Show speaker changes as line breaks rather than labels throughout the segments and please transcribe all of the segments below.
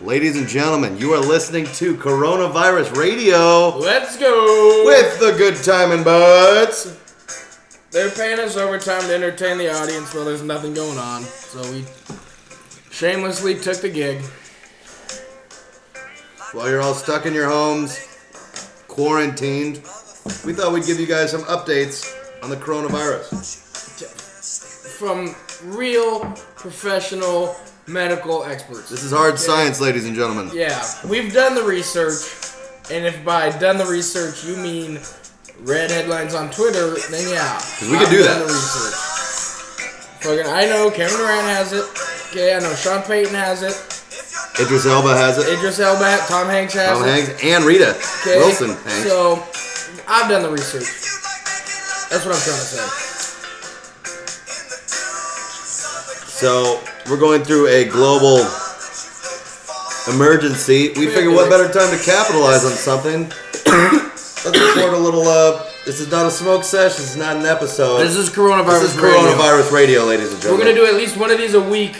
Ladies and gentlemen, you are listening to Coronavirus Radio
Let's go.
with the Good Time and Buds.
They're paying us overtime to entertain the audience while there's nothing going on. So we shamelessly took the gig.
While you're all stuck in your homes, quarantined, we thought we'd give you guys some updates on the coronavirus.
From real professional medical experts.
This is hard science, ladies and gentlemen.
Yeah, we've done the research. And if by done the research you mean read headlines on Twitter, then yeah.
we can
I've
do
done
that.
The research. Fucking, I know Kevin Durant has it. Okay, I know Sean Payton has it.
Idris Elba has it.
Idris Elba, Tom Hanks has
Tom
it.
Hanks and Rita
Okay,
Wilson Hanks.
So I've done the research. That's what I'm trying to say.
So we're going through a global emergency. We figured what better time to capitalize on something. Let's record a little. Uh, this is not a smoke sesh. This is not an episode.
This is coronavirus.
This is coronavirus radio. ladies and
We're
gentlemen.
gonna do at least one of these a week,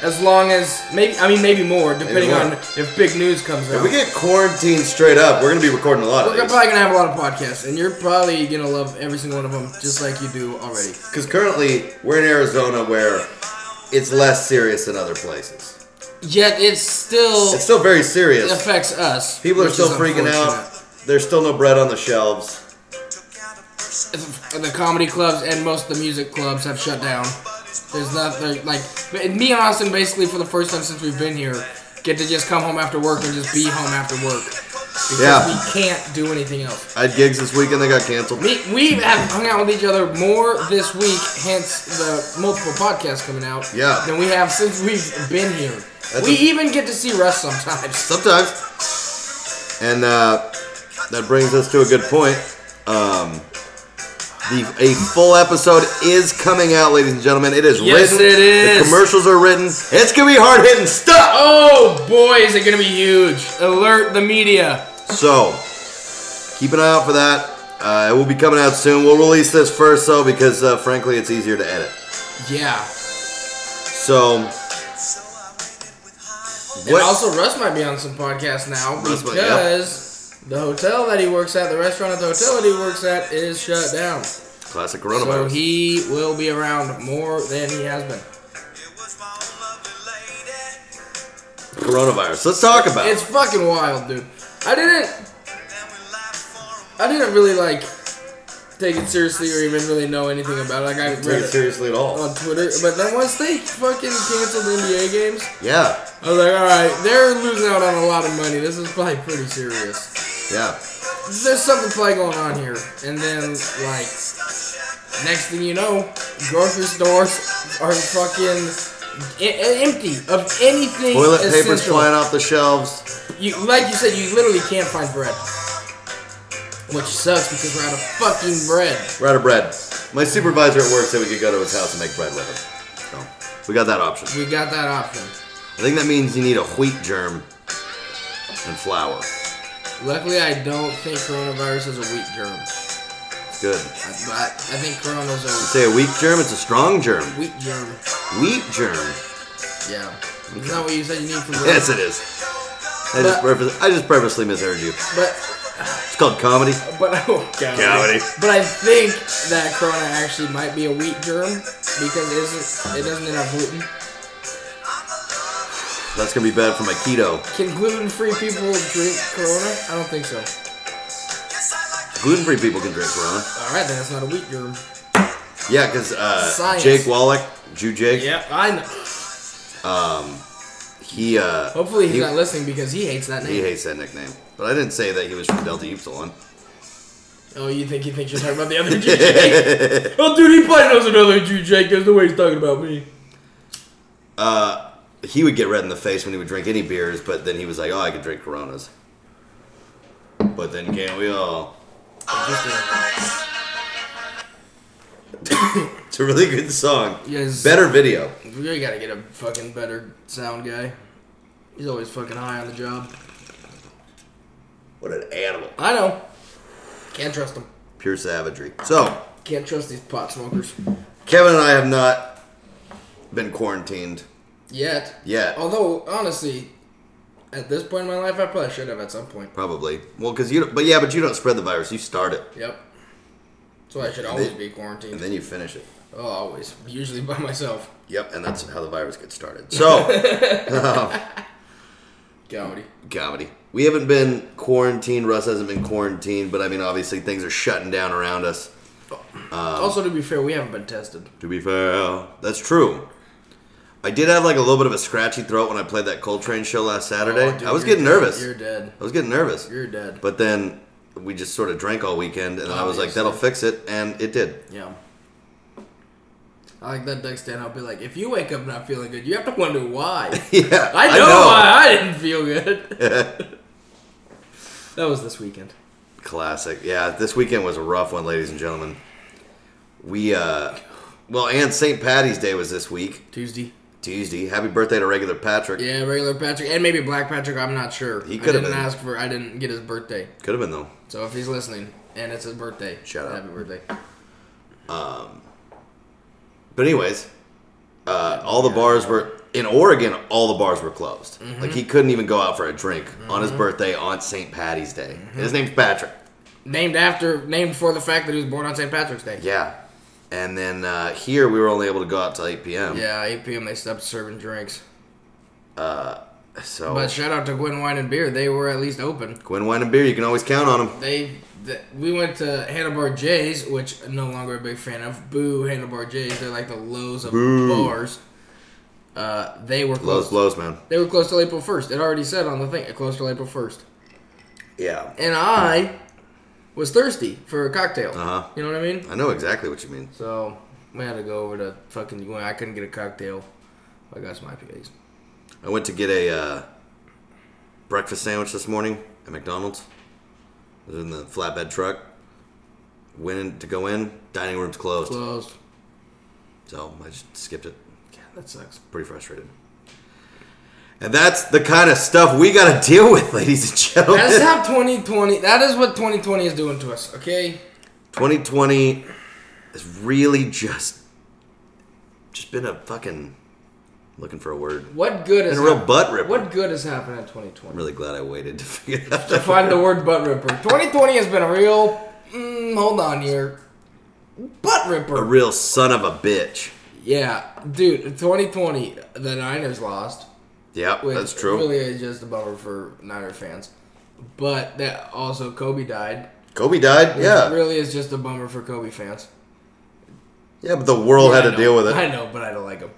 as long as maybe I mean maybe more, depending
more.
on if big news comes out.
If we get quarantined straight up, we're gonna be recording a lot
We're
of
gonna-
these.
probably gonna have a lot of podcasts, and you're probably gonna love every single one of them, just like you do already.
Because currently we're in Arizona, where it's less serious than other places.
Yet it's still
It's still very
it
serious.
affects us.
People are
which
still
is
freaking
unfortunate.
out. There's still no bread on the shelves.
If- The comedy clubs and most of the music clubs have shut down. There's nothing like but me and Austin basically for the first time since we've been here get to just come home after work and just be home after work because
Yeah.
we can't do anything else.
I had gigs this weekend. They got canceled.
Me, we have hung out with each other more this week, hence the multiple podcasts coming out.
Yeah.
Than we have since we've been here.
That's
we
a-
even get to see Russ sometimes.
Sometimes. And uh, that brings us to a good point. Um, the, a full episode is coming out, ladies and gentlemen. It is
Yes,
written.
it
The
is.
commercials are written. It's gonna be hard hitting stuff.
Oh boy, is it gonna be huge! Alert the media.
So keep an eye out for that. Uh, it will be coming out soon. We'll release this first, though, because uh, frankly, it's easier to edit.
Yeah.
So
And also, Russ might be on some podcasts now
Russ might-
because the hotel that he works at, the restaurant at the hotel that he works at, is shut down.
classic
So
coronavirus.
he will be around more than he has been.
coronavirus. Let's talk about
It's
it.
fucking wild, dude. I didn't. I didn't really like take it seriously or even really know anything about it. Like I
Take
read
it
it
seriously at all.
on Twitter, but then once they fucking canceled NBA games,
Yeah,
I was like, all right, they're losing out on a lot of money. This is probably pretty serious.
yeah.
there's something probably going on here. And then, like, next thing you know, grocery stores are fucking e- e- empty of anything
Toilet paper's
essential.
flying off the shelves.
You, like you said, you literally can't find bread. Which sucks because we're out of fucking bread.
We're out of bread. My supervisor at work said we could go to his house and make bread with him. So we got that option.
We got that option.
I think that means you need a wheat germ and flour.
Luckily, I don't think coronavirus is a wheat germ.
It's good.
I- But I think corona's
Say a weak germ, it's a strong germ.
a wheat germ.
Wheat germ.
Yeah. Isn't that what you said you need for bread?
Yes, it is. I just,
But-
purpose, I just purposely misheard you.
But
It's called comedy.
But oh, God.
Comedy.
But I think that Corona actually might be a wheat germ because it isn't. It doesn't have gluten.
That's gonna be bad for my keto.
Can gluten-free people drink Corona? I don't think so.
Gluten-free people can drink Corona.
All right, then it's not a wheat germ.
Yeah, because uh,
Science.
Jake Wallach, Jew Jake,
Yeah, I know.
he uh,
Hopefully he's
he,
not listening because he hates that
he
name.
hates that nickname. But I didn't say that he was from Delta Upsilon.
Oh, you think he thinks you're talking about the other Jew Jake? oh, dude, he probably knows another Jew Jake. There's no way he's talking about me.
Uh, he would get red in the face when he would drink any beers, but then he was like, "Oh, I could drink Coronas." But then can't we all?
Just uh, a-
It's a really good song.
Yes.
Better video.
We gotta get a fucking better sound guy. He's always fucking high on the job.
What an animal.
I know. Can't trust him.
Pure savagery. So
Can't trust these pot smokers.
Kevin and I have not been quarantined
Yet.
yet.
Oh. Although, honestly, At this point in my life, I probably should have at some point.
Probably. Well, because you. don't- But yeah, but you don't spread the virus. You start it,
Yep. So I should always
then-
be
and
quarantined.
then you finish it.
Oh, always. Usually by myself.
Yep, and that's how the virus gets started. So, um,
Comedy.
comedy. We haven't been quarantined. Russ hasn't been quarantined, but I mean, obviously, things are shutting down around us. Um,
also, to be fair, we haven't been tested.
To be fair, that's true. I did have like a little bit of a scratchy throat when I played that Coltrane show last Saturday.
Oh, dude,
I was
you're
getting
dead.
nervous.
You're dead.
I was getting nervous.
You're dead.
But then we just sort of drank all weekend, and I was like,
Obviously.
"That'll fix it," and it did.
Yeah. I like that Doug Stanhope be like, if you wake up not feeling good, you have to wonder why.
Yeah,
I know, why I didn't feel good. that was this weekend.
Classic. Yeah, this weekend was a rough one, ladies and gentlemen. We, uh, well, and St. Patty's Day was this week,
Tuesday.
Tuesday. Happy birthday to regular Patrick.
Yeah, regular Patrick and maybe Black Patrick. I'm not sure.
He
I
could've
didn't
been.
ask for. I didn't get his birthday.
Could have been though.
So if he's listening and it's his birthday,
Shout out.
Happy birthday.
But anyways, uh, all the bars were in Oregon. All the bars were closed.
Mm-hmm.
Like he couldn't even go out for a drink on his birthday on St. Patty's Day.
Mm-hmm.
His name's Patrick.
Named after, named for the fact that he was born on St. Patrick's Day.
Yeah. And then uh, here we were only able to go out till 8 p.m.
Yeah, 8 p.m. They stopped serving drinks.
So Oh.
But shout out to Gwen Wine and Beer. They were at least open.
Quinn wine and beer, you can always count on them.
They, th we went to Handlebar J's, which I'm no longer a big fan of. Boo Handlebar J's. They're like the lows of bars. Uh, they were closed.
Lows blows, man.
They were closed till April 1st. It already said on the thing, it closed till April 1st.
Yeah.
And I was thirsty for a cocktail.
Uh-huh.
You know what I mean?
I know exactly what you mean.
So we had to go over to fucking. well, I couldn't get a cocktail. I got some IPAs.
I went to get a uh, breakfast sandwich this morning at McDonald's. It was in the flatbed truck. Went in to go in. Dining room's closed.
Closed.
So I just skipped it.
Yeah, that sucks.
Pretty frustrated. And that's the kind of stuff we got to deal with, ladies and gentlemen.
That's how 2020. That is what 2020 is doing to us. Okay.
2020 has really just just been a fucking looking for a word.
What good is
Been a real butt ripper.
What good has happened in 2020?
I'm really glad I waited to figure that
To
out.
find the word butt ripper. 2020 has been a real. Mm, hold on here. Butt
A
ripper.
real son of a bitch.
yeah, dude. 2020. The Niners lost.
Yeah,
which
that's true.
Really is just a bummer for Niner fans. But that also Kobe died.
Kobe died.
which
Yeah,
Really is just a bummer for Kobe fans.
yeah, but the world
Yeah,
had to
I know.
deal with it.
I
I,
know, but I don't like him.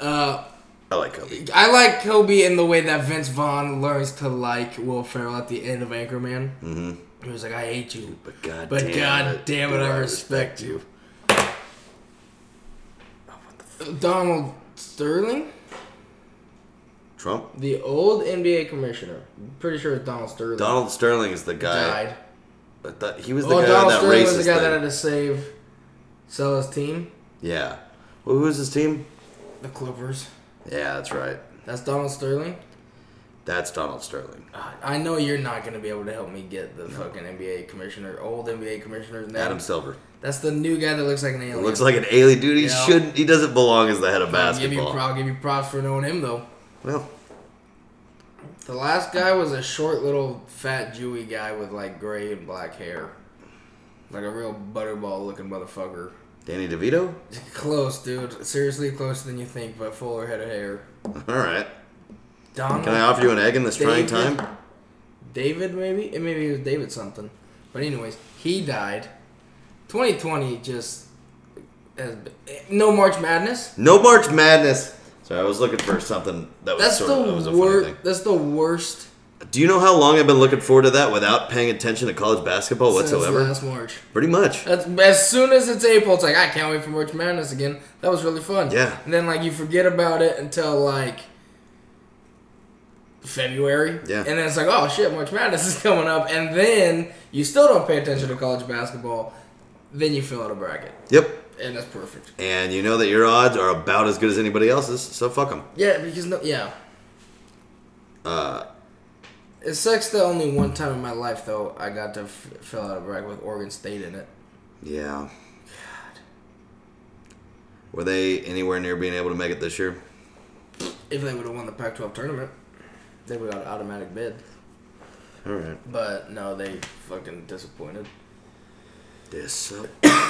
Uh,
like Kobe.
I like Kobe in the way that Vince Vaughn learns to like Will Ferrell at the end of Anchorman. Mm-hmm. He was like, "I hate you,
But god,
but
damn
God
it,
damn
do
it, I respect you." Donald Sterling,
Trump.
the old NBA commissioner, I'm pretty sure it's Donald Sterling,
Donald Sterling is the guy.
died.
I thought he was the
Oh,
guy
Donald
that
Sterling
racist
was the guy
thing.
that had to save, sell his team,
Yeah. Well, who was his team?
the Clippers.
Yeah, that's right.
That's Donald Sterling.
That's Donald Sterling.
God, I know you're not gonna be able to help me get the fucking NBA commissioner, old NBA commissioner's name.
Adam Silver.
That's the new guy that looks like an alien.
Looks like an alien dude. He
Yeah.
shouldn't. He doesn't belong as the head of
I'll give you,
basketball.
I'll give you props for knowing him though.
well,
The last guy was a short, little, fat, Jewy guy with like gray and black hair, like a real butterball looking motherfucker.
Danny DeVito.
Close, dude. Seriously, closer than you think, but fuller head of hair.
All right.
Donald.
Can I offer you an egg in this trying
David-
time?
David, maybe? It maybe it was David something. But anyways, he died. 2020 just has been, eh, no March Madness.
No March Madness. Sorry, I was looking for something that was
That's
sort of that was
the
a funny
worst.
thing.
That's the worst
Do you know how long I've been looking forward to that without paying attention to college basketball whatsoever?
since last March.
Pretty much.
That's as soon as it's April, it's like I can't wait for March Madness again. That was really fun.
Yeah.
And then like you forget about it until like February.
Yeah.
And then it's like, oh shit, March Madness is coming up, and then you still don't pay attention to college basketball. Then you fill out a bracket,
Yep.
and that's perfect.
And you know that your odds are about as good as anybody else's, so fuck them.
Yeah, because no, yeah.
Uh,
It sucks that only one time in my life though I got to f- fill out a bracket with Oregon State in it.
yeah. Were they anywhere near being able to make it this year?
If they would have won the Pac-12 tournament,
They were on automatic bid.
All right.
But no, they fucking disappointed.
This.
Class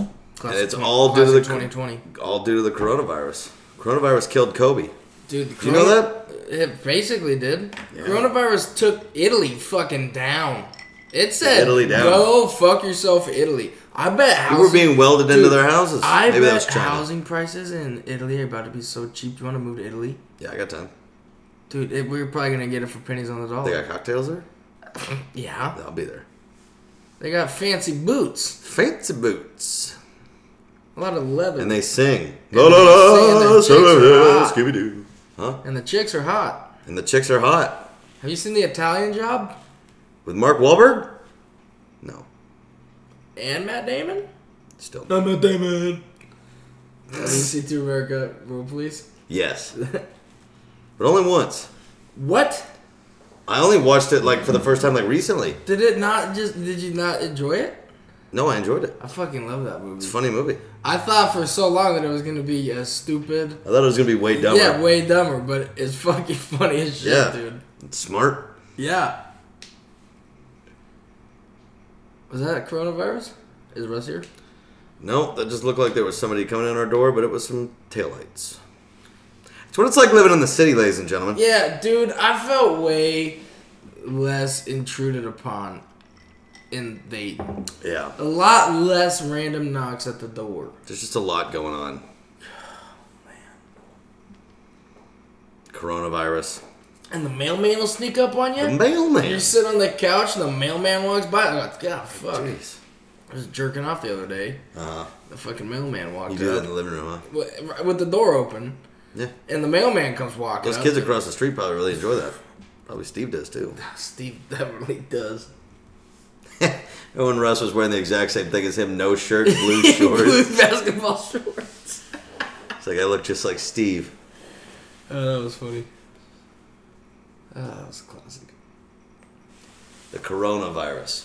And
of
it's
20
all due to
class
the
of 2020.
All due to the coronavirus. Coronavirus killed Kobe.
Dude, the
you know
that? It basically did.
Yeah.
Coronavirus took Italy fucking down. It said,
Italy down.
go fuck yourself, Italy. I bet
They
housing,
were being welded into
Dude,
their houses.
I
Maybe that
bet
was China.
housing prices in Italy are about to be so cheap. Do you want to move to Italy?
Yeah, I got time.
Dude, it, we're probably gonna get it for pennies on the dollar.
They got cocktails there.
yeah,
I'll be there.
They got fancy boots,
Fancy boots.
a lot of leather,
And
and,
they sing.
And
La la
they
la,
sing, and the chicks are hot.
Scooby Doo. Huh?
the chicks are hot.
And the chicks are hot.
Have you seen the Italian Job
With Mark Wahlberg? No.
and Matt Damon?
Still.
I'm a demon.
see through America, rule please.
Yes. But only once.
What
I only watched it like for the first time like recently.
did it not just? Did you not enjoy it?
No, I enjoyed it.
I fucking love that movie.
It's a funny movie.
I thought for so long that it was gonna be a stupid.
I thought it was gonna be way dumber.
Yeah, way dumber, but it's fucking funny as shit,
Yeah.
dude.
It's smart.
Yeah. Was that a coronavirus? Is Russ here?
No, that just looked like there was somebody coming in our door, but it was some taillights. It's what it's like living in the city, ladies and gentlemen.
Yeah, dude, I felt way less intruded upon in they
Yeah.
a lot less random knocks at the door.
There's just a lot going on. Coronavirus.
And the mailman will sneak up on
The
you. You
mailman.
sit on the couch and the mailman walks by. I'm like, God, fuck.
Jeez.
I was jerking off the other day.
Uh-huh.
The fucking mailman walked
You do that
up
in the living room, huh?
with, with the door open,
Yeah.
and the mailman comes walking.
Those
up.
kids across the street probably really enjoy that. Probably Steve does too.
Steve definitely does.
Owen Russ was wearing the exact same thing as him no shirt, blue
Blue
shorts.
basketball shorts.
it's like, I look just like Steve.
Oh, that was funny. Oh, that was classic.
The coronavirus.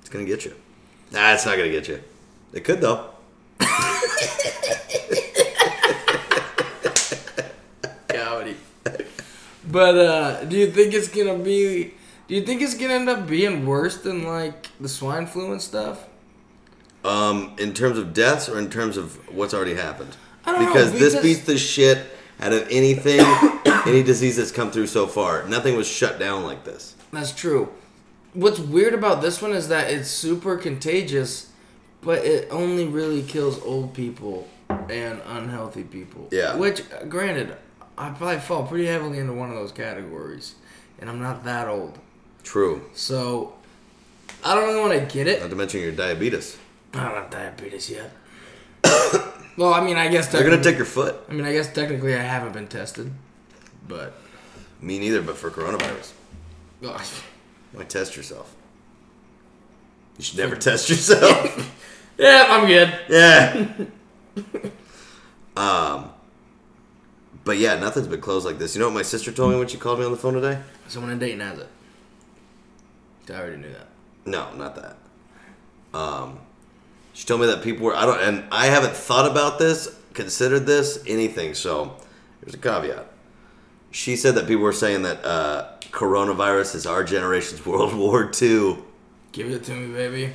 It's going to get you. Nah, it's not going to get you. It could, though.
Comedy. but uh, do you think it's gonna be? Do you think it's gonna end up being worse than like the swine flu and stuff?
Um, in terms of deaths or in terms of what's already happened?
I don't know,
because this
because-
beats the shit out of anything, any disease that's come through so far. Nothing was shut down like this.
That's true. What's weird about this one is that it's super contagious, but it only really kills old people and unhealthy people.
Yeah.
Which, uh, granted, I probably fall pretty heavily into one of those categories, and I'm not that old,
True.
so I don't really want to get it.
Not to mention your diabetes.
I don't have diabetes yet. well, I mean, I guess
They're gonna
technically,
take your foot.
I mean, I guess technically, I haven't been tested, but
Me neither, but for coronavirus,
Ugh.
why test yourself? You should never test yourself.
yeah, I'm good.
yeah. Um. But yeah, nothing's been closed like this. You know what my sister told me when she called me on the phone today?
Someone in Dayton has it. I already knew that.
No, not that. Um, she told me that people were. I don't, and I haven't thought about this, considered this, anything. So there's a caveat. She said that people were saying that uh, coronavirus is our generation's World War II,
Give it to me, baby.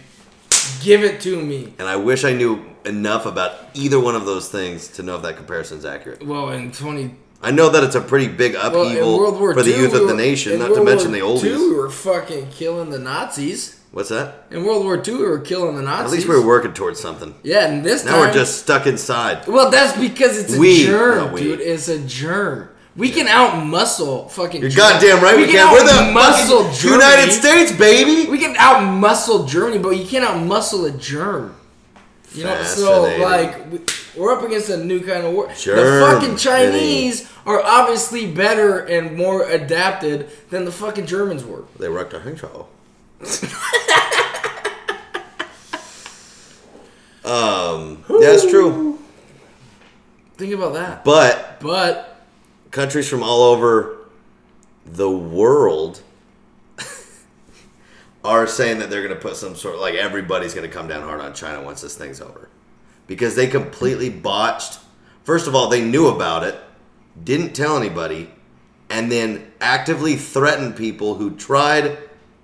Give it to me.
and I wish I knew enough about either one of those things to know if that comparison's accurate.
Well, in twenty,
I know that it's a pretty big
well, in
upheaval
World War
for the
II,
youth
we
of the
were-
nation,
in
not to
World
mention the
War
oldies.
II, we were fucking killing the Nazis.
What's that?
In World War II, we were killing the
At
Nazis.
least we were working towards something.
Yeah, and this
Now
time
we're just stuck inside.
Well, that's because it's a
We-
germ,
no, we.
dude. It's a germ. We can out muscle fucking.
You're
Germany.
goddamn right. We,
can
can. We're the
muscle
fucking United States, baby.
We can out muscle Germany, but you can't out muscle a germ. You know, so
Fascinating.
like we- we're up against a new kind of war. The
Germ
fucking Chinese are obviously better and more adapted than the fucking Germans were.
They wrecked our hang trial. um, that's true.
Think about that.
But
But
countries from all over the world are saying that they're going to put some sort like everybody's going to come down hard on China once this thing's over because they completely botched. First of all, they knew about it didn't tell anybody, and then actively threatened people who tried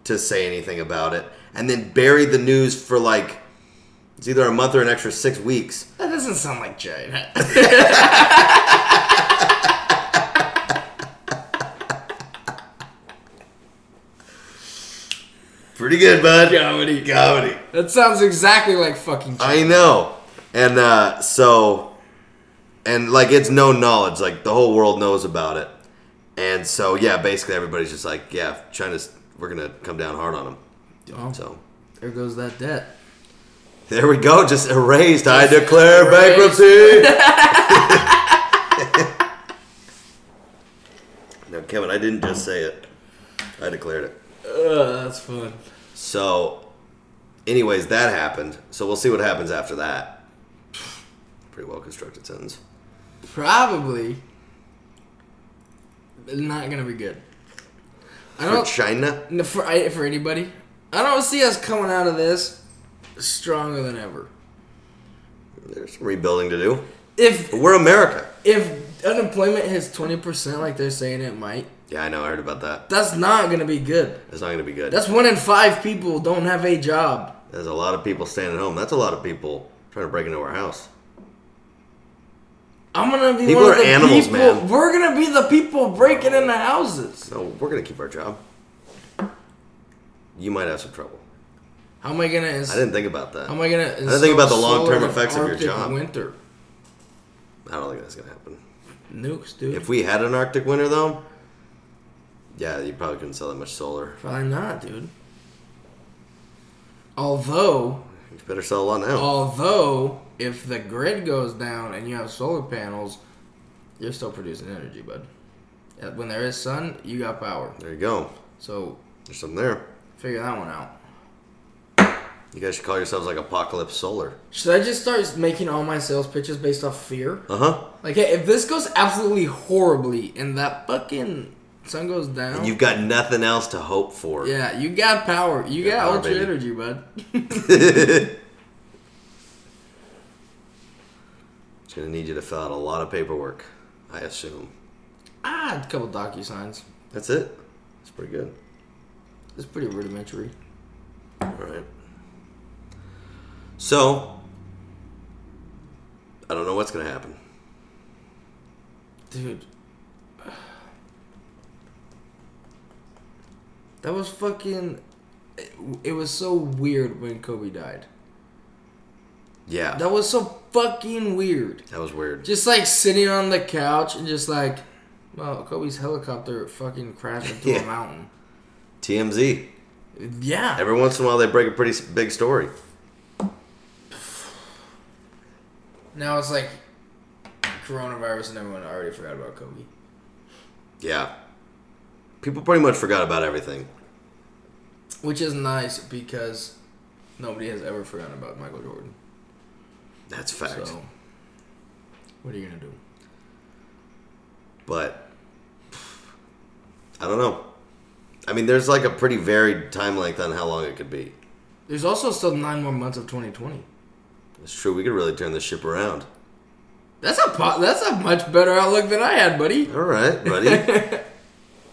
to say anything about it, and then buried the news for like it's either a month or an extra six weeks.
That doesn't sound like China.
Pretty good, bud.
Comedy.
Comedy.
that sounds exactly like fucking China.
I know. And uh, so, and like it's known knowledge. Like the whole world knows about it. And so, yeah, basically everybody's just like, yeah, China's, we're going to come down hard on them.
Oh,
So,
there goes that debt.
there we go. Just erased. I declare bankruptcy. no, Kevin, I didn't just say it, I declared it.
Ugh, that's fun.
So, anyways, that happened. So we'll see what happens after that. Pretty well constructed sentence.
Probably not gonna be good. I
For
don't
China,
no, for I, for anybody. I don't see us coming out of this stronger than ever.
there's some rebuilding to do.
If
But we're America.
if unemployment hits twenty percent, like they're saying it might,
Yeah, I know. I heard about that.
that's not gonna be good.
That's not going to be good.
That's one in five people don't have a job.
There's a lot of people staying at home. That's a lot of people trying to break into our house.
I'm gonna be
People
one
are
of the
animals,
people.
man.
We're gonna be the people breaking into houses.
So we're going to keep our job. You might have some trouble.
How am I gonna? Ins-
I didn't think about that.
how am I gonna?
didn't think about the
install
long-term
solar in
effects of your
Arctic
job.
Winter
I don't think that's going to happen.
nukes, dude.
If we had an Arctic winter, though, yeah, you probably couldn't sell that much solar.
Probably not, dude. Although,
You better sell a lot now.
Oh. although, if the grid goes down and you have solar panels, you're still producing energy, bud. Uh, When there is sun, you got power.
There you go.
So
There's something there.
figure that one out.
You guys should call yourselves like Apocalypse Solar.
Should I just start making all my sales pitches based off fear?
Uh huh.
Like, hey, if this goes absolutely horribly and that fucking sun goes down,
You've got nothing else to hope for.
yeah, you got power. You
got
got
power,
ultra
baby.
energy, bud.
it's gonna need you to fill out a lot of paperwork, I assume.
ah, a couple docu signs.
That's it. That's pretty good.
It's pretty rudimentary.
All right. So, I don't know what's gonna happen.
Dude. That was fucking. It, it was so weird when Kobe died.
Yeah,
That was so fucking weird.
that was weird.
Just like sitting on the couch and just like, well, Kobe's helicopter fucking crashed into
Yeah.
a mountain.
TMZ.
Yeah.
Every once in a while, they break a pretty s- big story.
Now it's like coronavirus and everyone already forgot about Kobe.
Yeah. People pretty much forgot about everything.
Which is nice because nobody has ever forgotten about Michael Jordan.
That's fact.
So, what are you going to do?
but I don't know. I mean, there's like a pretty varied time length on how long it could be.
There's also still nine more months of 2020.
It's true. We could really turn this ship around.
That's a po- that's a much better outlook than I had, buddy.
All right, buddy.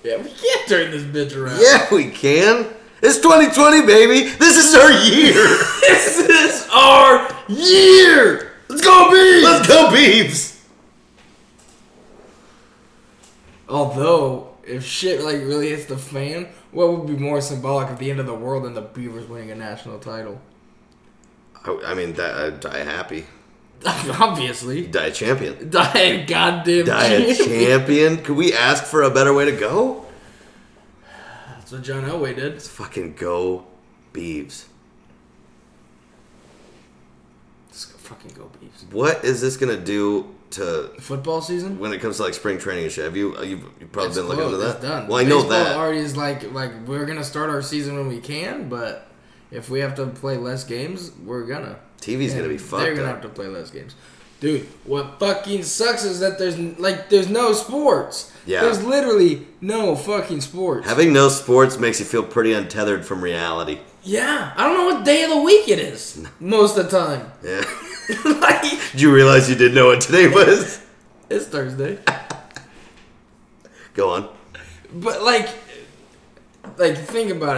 Yeah, we can't turn this bitch around.
yeah, we can. It's 2020, baby. This is our year.
this is our year.
Let's go, Beavs. Let's go, Beavs.
Although, if shit like really hits the fan, what would be more symbolic of the end of the world than the Beavers winning a national title?
I, I mean, that, I'd die happy.
Obviously,
Die a champion.
die a goddamn
Die a
champion.
champion. Could we ask for a better way to go?
That's what John Elway did.
Let's fucking go, Beavs.
Let's go fucking go Beavs.
What is this gonna do to
Football season.
when it comes to like spring training and shit. Have you you've, you've probably
It's
been looking into
closed.
that?
It's done.
Well, I know
Baseball
that.
already is like like we're gonna start our season when we can, but if we have to play less games, we're gonna.
TV's gonna be
And They're
fucked
gonna
up.
have to play less games, dude. What fucking sucks is that there's like there's no sports.
Yeah.
There's literally no fucking sports.
Having no sports makes you feel pretty untethered from reality.
yeah, I don't know what day of the week it is most of the time.
Yeah.
like
Did you realize you didn't know what today was?
it's Thursday.
Go on.
But like, like think about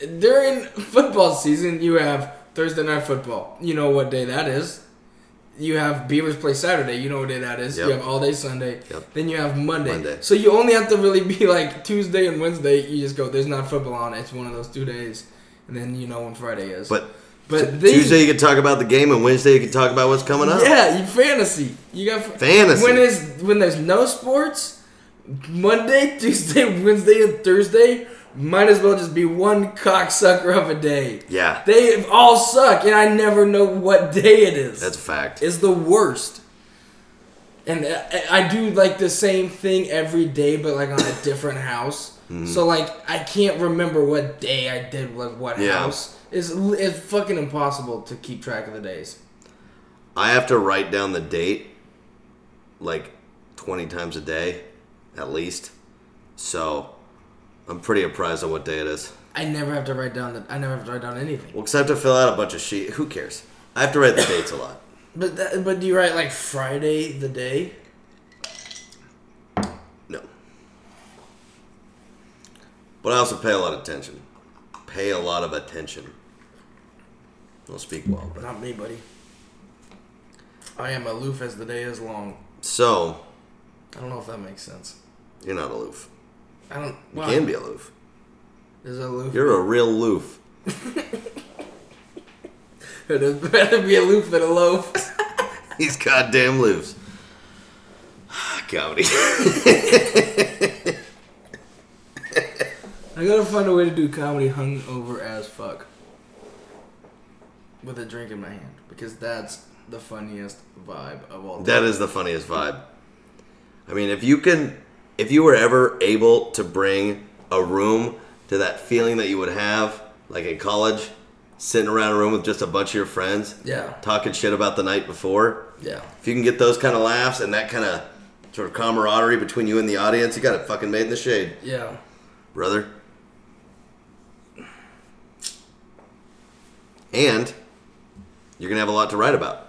it. During football season, you have Thursday night football. You know what day that is. You have Beavers play Saturday. You know what day that is. You
Yep.
have all day Sunday.
Yep.
Then you have Monday.
Monday.
So you only have to really be like Tuesday and Wednesday. You just go. There's not football on. It's one of those two days, and then you know when Friday is.
But
but these-
Tuesday you can talk about the game, and Wednesday you can talk about what's coming up.
Yeah, you fantasy. You got
Fantasy.
When is when there's no sports, Monday, Tuesday, Wednesday, and Thursday might as well just be one cocksucker of a day.
Yeah.
They all suck, and I never know what day it is.
That's a fact.
It's the worst. And uh, I- I do like the same thing every day, but like on a different house.
Hmm.
So like I can't remember what day I did with what
Yeah.
house. It's, it's fucking impossible to keep track of the days.
I have to write down the date like 20 times a day, at least. So I'm pretty apprised on what day it is.
I never have to write down that. I never have to write down anything.
Well, because I have to fill out a bunch of sheet. Who cares? I have to write the dates a lot.
But that, but do you write like Friday the day?
No. But I also pay a lot of attention. Pay a lot of attention. I'll speak well, but.
Not me, buddy. I am aloof as the day is long.
So,
I don't know if that makes sense.
you're not aloof.
I don't.
You
why?
can be aloof.
Is aloof?
You're a real loof.
It'd better be aloof than a loaf.
These goddamn loofs. Comedy.
I gotta find a way to do comedy hungover as fuck. With a drink in my hand, because that's the funniest vibe of all.
That is the funniest vibe. I mean, if you can, if you were ever able to bring a room to that feeling that you would have, like in college, sitting around a room with just a bunch of your friends,
Yeah.
talking shit about the night before.
Yeah.
If you can get those kind of laughs and that kind of sort of camaraderie between you and the audience, you got it fucking made in the shade,
Yeah.
brother. And you're gonna have a lot to write about.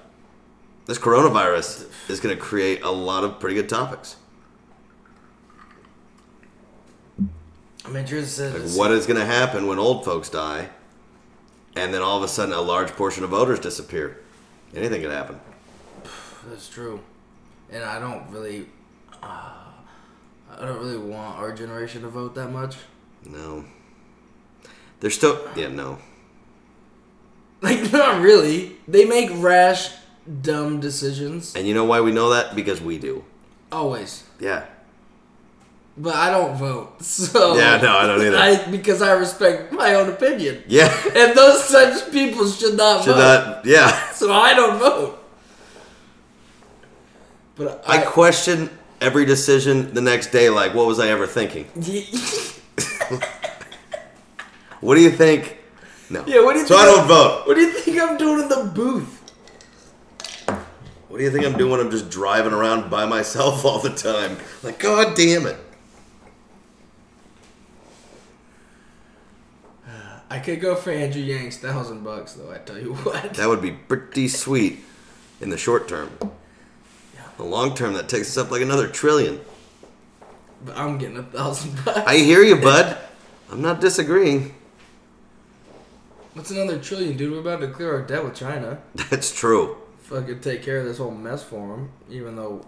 This coronavirus is gonna create a lot of pretty good topics.
I mean, Drew said it's-
What is gonna happen when old folks die, and then all of a sudden a large portion of voters disappear? Anything could happen.
That's true, and I don't really, uh, I don't really want our generation to vote that much.
No. They're still yeah no.
Like, not really. They make rash, dumb decisions
And you know why we know that? Because we do.
always.
Yeah.
But I don't vote, so
Yeah, no, I don't either.
I because I respect my own opinion,
Yeah.
and those such people should not
Should
vote.
not. Yeah.
So I don't vote. But
I
I,
question every decision the next day. Like, what was I ever thinking? What do you think? No.
yeah. What do you?
So
think
I don't
I'm-
vote.
What do you think I'm doing in the booth?
What do you think I'm doing? when I'm just driving around by myself all the time. Like, god damn it.
I could go for Andrew Yang's thousand bucks though. I tell you what.
That would be pretty sweet in the short term. The long term, that takes us up like another trillion.
But I'm getting a thousand bucks.
I hear you, bud. I'm not disagreeing.
What's another trillion, dude? We're about to clear our debt with China.
That's true.
Fucking take care of this whole mess for them. Even though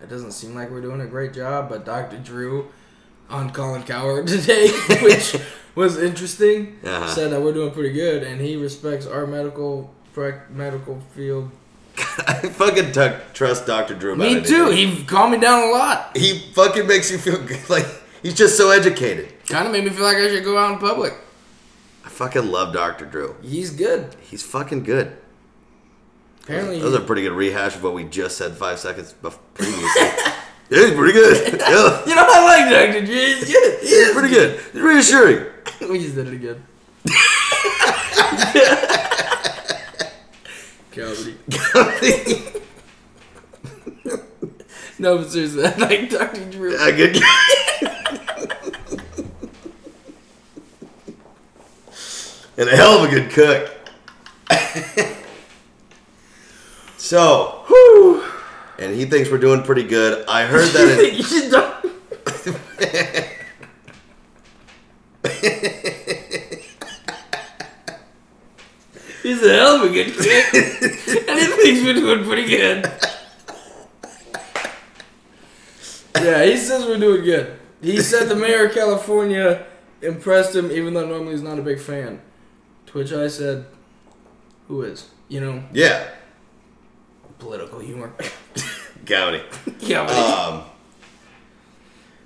it doesn't seem like we're doing a great job, but Dr. Drew on Colin Coward today, which was interesting,
Uh-huh.
said that we're doing pretty good, and he respects our medical prac- medical field.
I fucking t- trust Dr. Drew about
Me
anything.
too. He calmed me down a lot.
he fucking makes you feel good. Like he's just so educated.
Kind of made me feel like I should go out in public.
I fucking love Doctor Drew.
He's good.
He's fucking good.
Apparently,
That was a pretty good rehash of what we just said five seconds bef- previously. yeah, he's pretty good. Yeah,
You know, I like Dr. G. He's good. He
he's
is.
pretty good. He's reassuring.
We just did it again. Comedy.
I
No, but seriously, I like Dr. Drew.
could- and a hell of a good cook. so, and he thinks we're doing pretty good. I heard that.
you don't.
In,
He's a hell of a good kid. and he thinks we're doing pretty good. yeah, he says we're doing good. He said the mayor of California impressed him, even though normally he's not a big fan. To which I said, Who is? You know,
Yeah,
political humor.
Gowdy.
yeah, but
Um,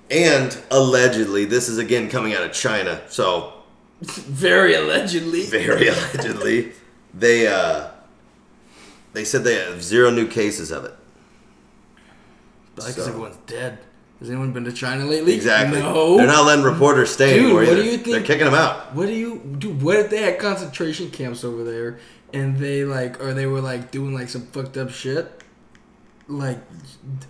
and allegedly, this is again coming out of China, so
very allegedly.
very allegedly, they uh, they said they have zero new cases of it.
Because
So-
everyone's dead. Has anyone been to China lately?
Exactly.
No.
They're not letting reporters stay
Dude,
anymore
what
either.
do you think-
They're kicking them out.
What do you do? What if they had concentration camps over there and they like, or they were like doing like some fucked up shit, like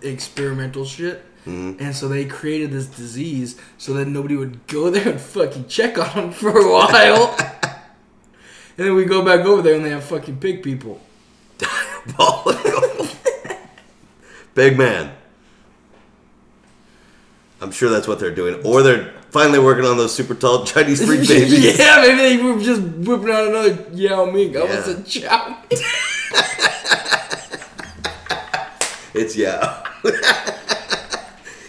experimental shit,
Mm-hmm.
and so they created this disease so that nobody would go there and fucking check on them for a while, and then we go back over there and they have fucking pig people.
Diabolical. Big man. I'm sure that's what they're doing. Or they're finally working on those super tall Chinese freak babies.
yeah, maybe they were just whipping out another Yao Ming. I was
Yeah.
a Yao Ming.
It's yeah.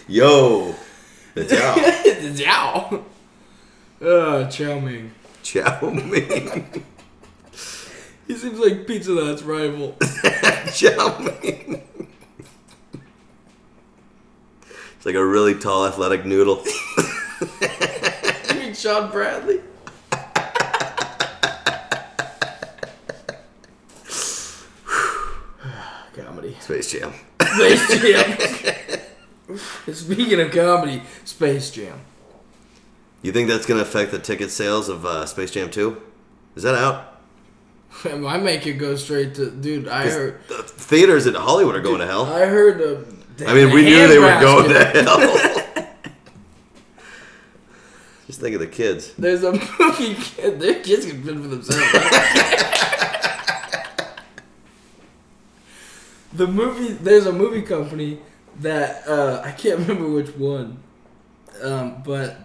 Yo. It's yeah.
it's Yao. Uh, Chow Ming.
Chow Mein.
He seems like Pizza Hut's rival.
Chow Mein. It's like a really tall athletic noodle.
you mean Sean Bradley? comedy.
Space Jam.
Space Jam. Speaking of comedy, Space Jam.
You think that's going to affect the ticket sales of uh, Space Jam 2? Is that out?
I make it go straight to dude. I
'Cause
heard.
The theaters in Hollywood are going to hell.
I heard. Uh,
I mean, we knew they were going to
there.
hell. Just think of the kids.
There's a movie. Kid, their kids can fend for themselves. the movie there's a movie company that uh, I can't remember which one, um, but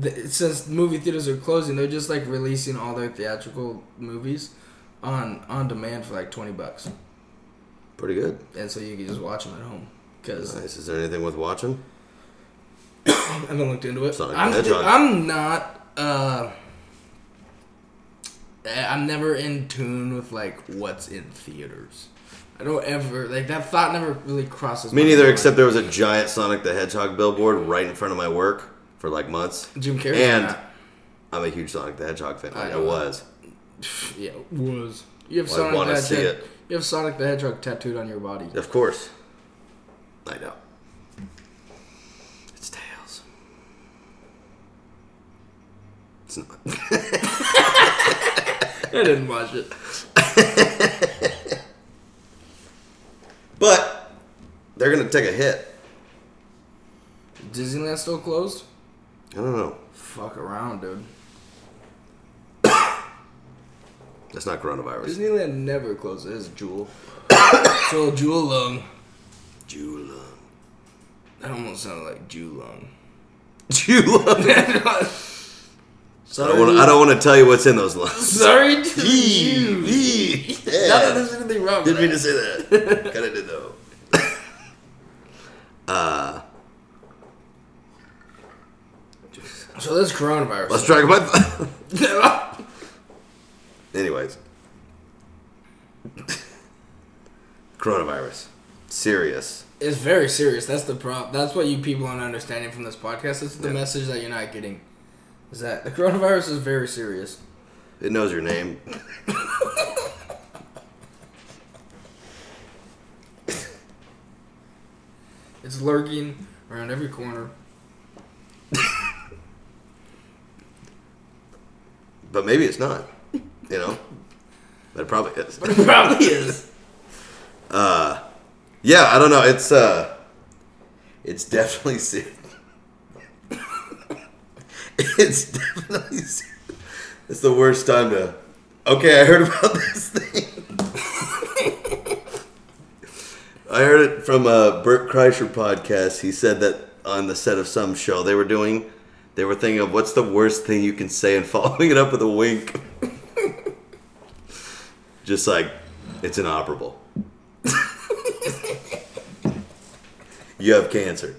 th- since movie theaters are closing, they're just like releasing all their theatrical movies on on demand for like twenty bucks,
Pretty good.
and so you can just watch them at home. Cause
Nice. Is there anything worth watching?
I haven't looked into it.
Sonic the
I'm,
Hedgehog.
I'm not. Uh, eh, I'm never in tune with like what's in theaters. I don't ever like that thought never really crosses.
Me
my
neither,
mind.
except there was a giant Sonic the Hedgehog billboard right in front of my work for like months.
Jim Carrey.
And I'm a huge Sonic the Hedgehog fan.
I
Like I
know.
was.
Yeah, was. You have
Well, I
Sonic
wanna
the
see
Hedgehog.
it.
You have Sonic the Hedgehog tattooed on your body.
Of course. I know. It's Tails. It's not.
I didn't watch it.
But they're going to take a hit.
Disneyland still closed?
I don't know.
Fuck around, dude.
That's not coronavirus.
Disneyland never closes. It's Jewel. so Jewel Lung.
Julung.
That almost sounded like Jew Lung.
Julung. I don't want. I don't want to tell you what's in those lungs.
Sorry, dude.
Yee,
you.
yee,
Not that
yeah.
there's anything wrong.
Didn't
with
mean to say that. kind of did though.
that. So this coronavirus.
Let's track my. Th- Anyways, coronavirus, serious.
it's very serious. That's the prop. That's what you people aren't understanding from this podcast. This is the
Yeah.
message that you're not getting. Is that the coronavirus is very serious.
It knows your name.
It's lurking around every corner.
But maybe it's not. You know? But it probably is.
But it probably is.
Yeah, I don't know. It's uh it's definitely serious. it's definitely ser- It's the worst time to Okay, I heard about this thing. I heard it from a Bert Kreischer podcast. He said that on the set of some show they were doing, they were thinking of what's the worst thing you can say and following it up with a wink. Just like it's inoperable. you have cancer.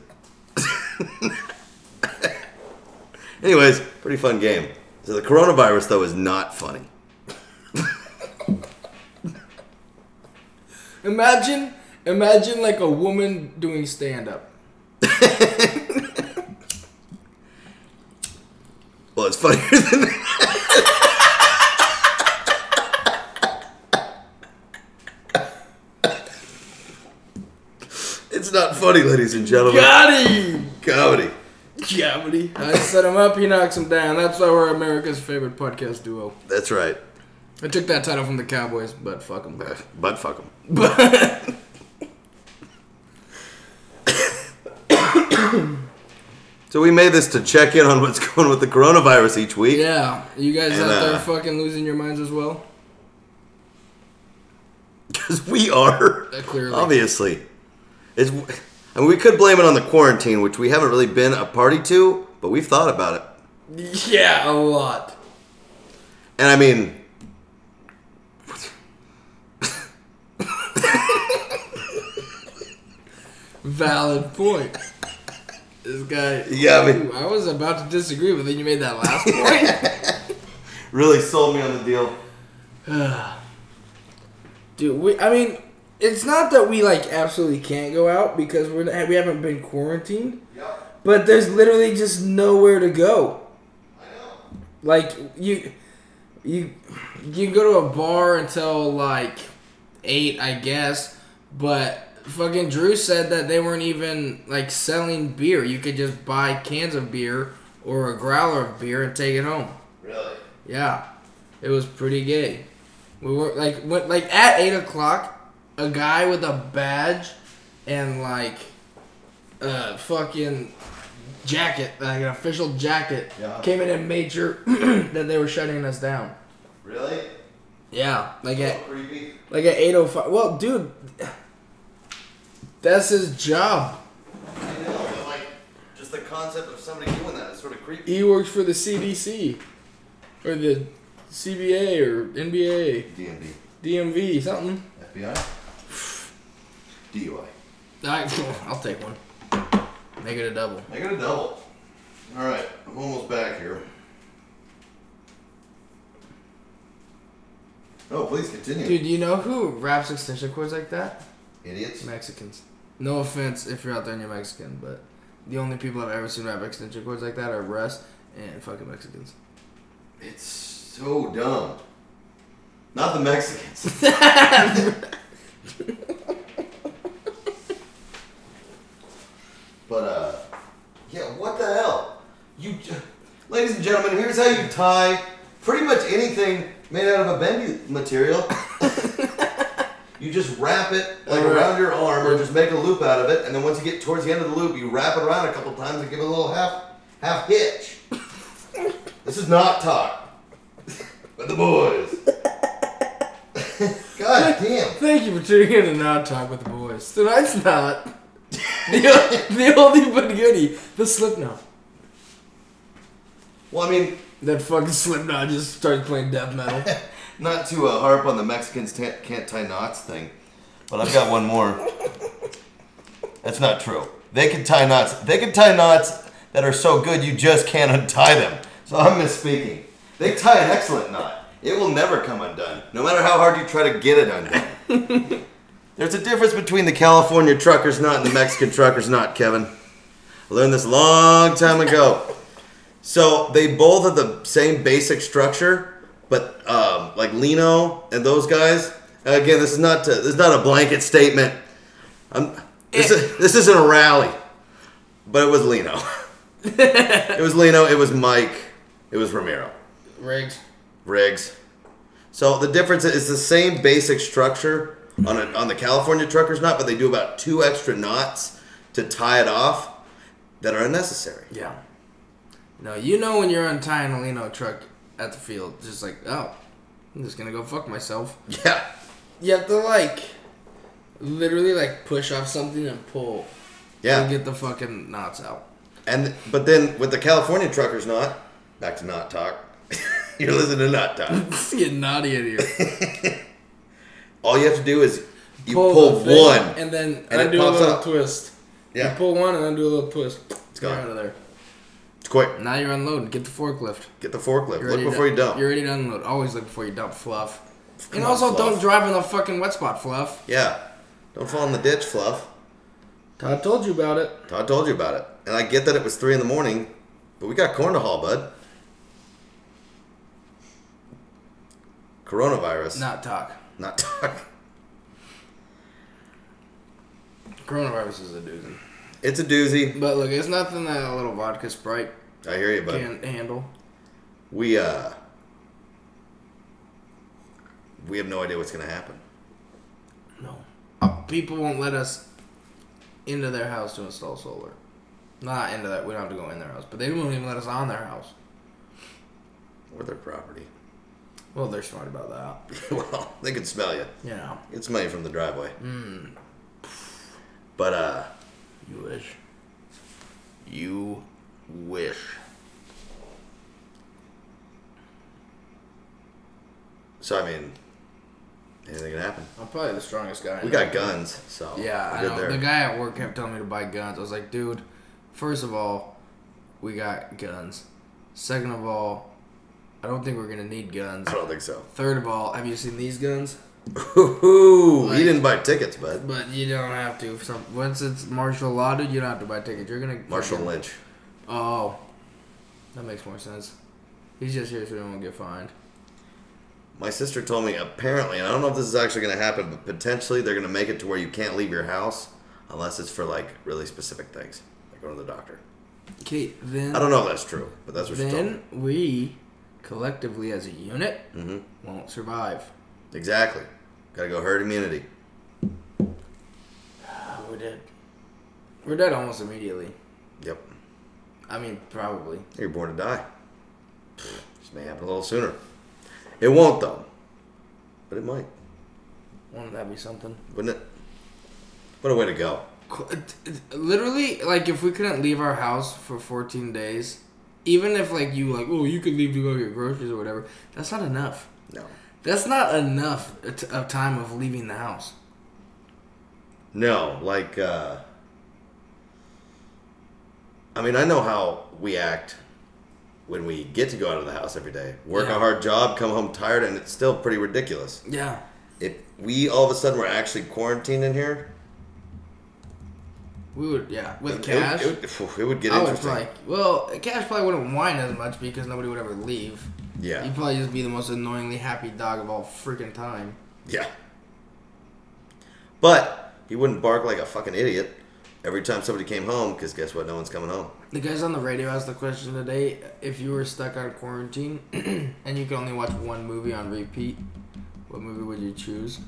Anyways, pretty fun game. So the coronavirus though is not funny.
Imagine, imagine like a woman doing stand up.
Well, it's funnier than that. it's not funny, ladies and gentlemen.
Got him!
Comedy.
Comedy. I set him up, he knocks him down. That's why we're America's favorite podcast duo.
That's right.
I took that title from the Cowboys, but fuck them.
But fuck them. so we made this to check in on what's going with the coronavirus each week.
Yeah, you guys
And,
out there
uh,
fucking losing your minds as well?
Because we are.
Uh, clearly.
Obviously. It's, I mean, we could blame it on the quarantine, which we haven't really been a party to, but we've thought about it.
Yeah, a lot.
And I mean.
Valid point. This guy.
Yeah, I mean-
Ooh, I was about to disagree, but then you made that last point.
Really sold me on the deal.
Dude, we, I mean, it's not that we like absolutely can't go out because we're not, we haven't been quarantined. But there's literally just nowhere to go. Like you, you, you can go to a bar until like eight, I guess. But fucking Drew said that they weren't even like selling beer. You could just buy cans of beer or a growler of beer and take it home.
Really?
Yeah, it was pretty gay. We were like, when, like at eight o'clock, a guy with a badge and like a fucking jacket, like an official jacket,
Yeah.
came in and made sure that they were shutting us down.
Really?
Yeah, like at
Creepy.
like at eight oh five. Well, dude, that's his job.
I know, but like, just the concept of somebody doing that is sort of creepy.
He works for the CDC or the CBA or NBA,
DMV.
DMV, something.
FBI? DUI.
I, I'll take one. Make it a double.
I got a double. All right, I'm almost back here. Oh, please continue.
Dude, you know who raps extension cords like that?
Idiots.
Mexicans. No offense if you're out there and you're Mexican, but the only people I've ever seen rap extension cords like that are Russ and fucking Mexicans.
It's so dumb. Not the Mexicans. but uh, yeah, what the hell? You, j- ladies and gentlemen, here's how you tie pretty much anything made out of a bendy material. you just wrap it like
Alright.
around your arm, or just make a loop out of it, and then once you get towards the end of the loop, you wrap it around a couple times and give it a little half half hitch. This is not talk. But the boys. God damn.
Thank you for tuning in to Now Talk with the Boys. Tonight's not the, the oldie but goodie, the Slipknot.
Well, I mean,
That fucking Slipknot just starts playing death metal.
not to uh, harp on the Mexicans ta- can't tie knots thing, but I've got one more. That's not true. They can tie knots. They can tie knots that are so good you just can't untie them. So I'm misspeaking. They tie an excellent knot. It will never come undone, no matter how hard you try to get it undone. There's a difference between the California trucker's knot and the Mexican trucker's knot, Kevin. I learned this long time ago. So they both have the same basic structure, but um, like Lino and those guys. Again, this is not to, this is not a blanket statement. I'm, this, is, this isn't a rally, but it was Lino. it was Lino. It was Mike. It was Romero.
Rigged.
Riggs. So the difference is the same basic structure on a, on the California trucker's knot, but they do about two extra knots to tie it off that are unnecessary.
Yeah. No, you know when you're untying a Lino truck at the field, just like, oh, I'm just gonna go fuck myself.
Yeah.
You have to like, literally like push off something and pull
Yeah.
to get the fucking knots out.
And but then with the California truckers knot, back to knot talk. You're listening to knot talk.
It's getting naughty in here.
All you have to do is you pull,
the thing,
one.
and then
and
and
it
do a
pops
little
up.
twist.
yeah,
You pull one and then do a little twist. It's
gone.
out of there.
it's quick.
Now you're unloading. Get the forklift.
Get the forklift. Look
You're ready to-
before you dump.
You're ready to unload. Always look before you dump fluff. and
on,
also
Fluff.
don't drive in the fucking wet spot, fluff.
Yeah. Don't fall in the ditch, Fluff.
Todd told you about it.
Todd told you about it. And I get that it was three in the morning, but we got corn to haul, bud. Coronavirus.
Not talk.
Not talk.
Coronavirus is a doozy.
It's a doozy.
But look, it's nothing that a little vodka sprite
I hear you, bud.
can't handle.
We uh we have no idea what's gonna happen.
No. Uh, People won't let us into their house to install solar. Not into that. We don't have to go in their house, but they won't even let us on their house.
Or their property.
Well, they're smart about that.
well, they could smell you.
You know.
It's money from the driveway.
Hmm.
But uh
You wish.
you wish. So I mean anything can happen.
I'm probably the strongest guy. I
We
know.
got guns, so
Yeah,
we're
I
good
know.
there.
The guy at work kept telling me to buy guns. I was like, dude, first of all, we got guns. Second of all, I don't think we're gonna need guns.
I don't think so.
Third of all, have you seen these guns?
Ooh,
Like-
he didn't buy tickets, bud.
But you don't have to. For some, once it's martial law, dude, you don't have to buy tickets. You're gonna
Marshall Lynch.
Oh, that makes more sense. He's just here so he won't get fined.
My sister told me apparently, and I don't know if this is actually going to happen, but potentially they're going to make it to where you can't leave your house unless it's for like really specific things, like going to the doctor.
Okay, then
I don't know if that's true, but that's what she told me.
then we collectively as a unit
Mm-hmm.
won't survive.
Exactly. Got to go herd immunity.
Oh, We're dead. We're dead almost immediately.
Yep.
I mean, probably.
You're born to die. This may happen a little sooner. It won't though, but it might,
Wouldn't that be something?
wouldn't it? What a way to go.
uh, Literally, like if we couldn't leave our house for 14 days, even if like you like, oh, you could leave to go get groceries or whatever, that's not enough.
No.
That's not enough t- of time of leaving the house.
No, like uh I mean, I know how we act when we get to go out of the house every day. Work
Yeah.
a hard job, come home tired, and it's still pretty ridiculous.
Yeah.
If we all of a sudden were actually quarantined in here,
We would, yeah, with
it-
cash.
it, would- phew, it would get
I would
interesting.
probably, well, cash probably wouldn't whine as much because nobody would ever leave.
yeah,
You'd probably just be the most annoyingly happy dog of all freaking time.
yeah. But he wouldn't bark like a fucking idiot every time somebody came home because guess what? No one's coming home.
The guys on the radio asked the question today: If you were stuck on quarantine and you could only watch one movie on repeat, what movie would you choose?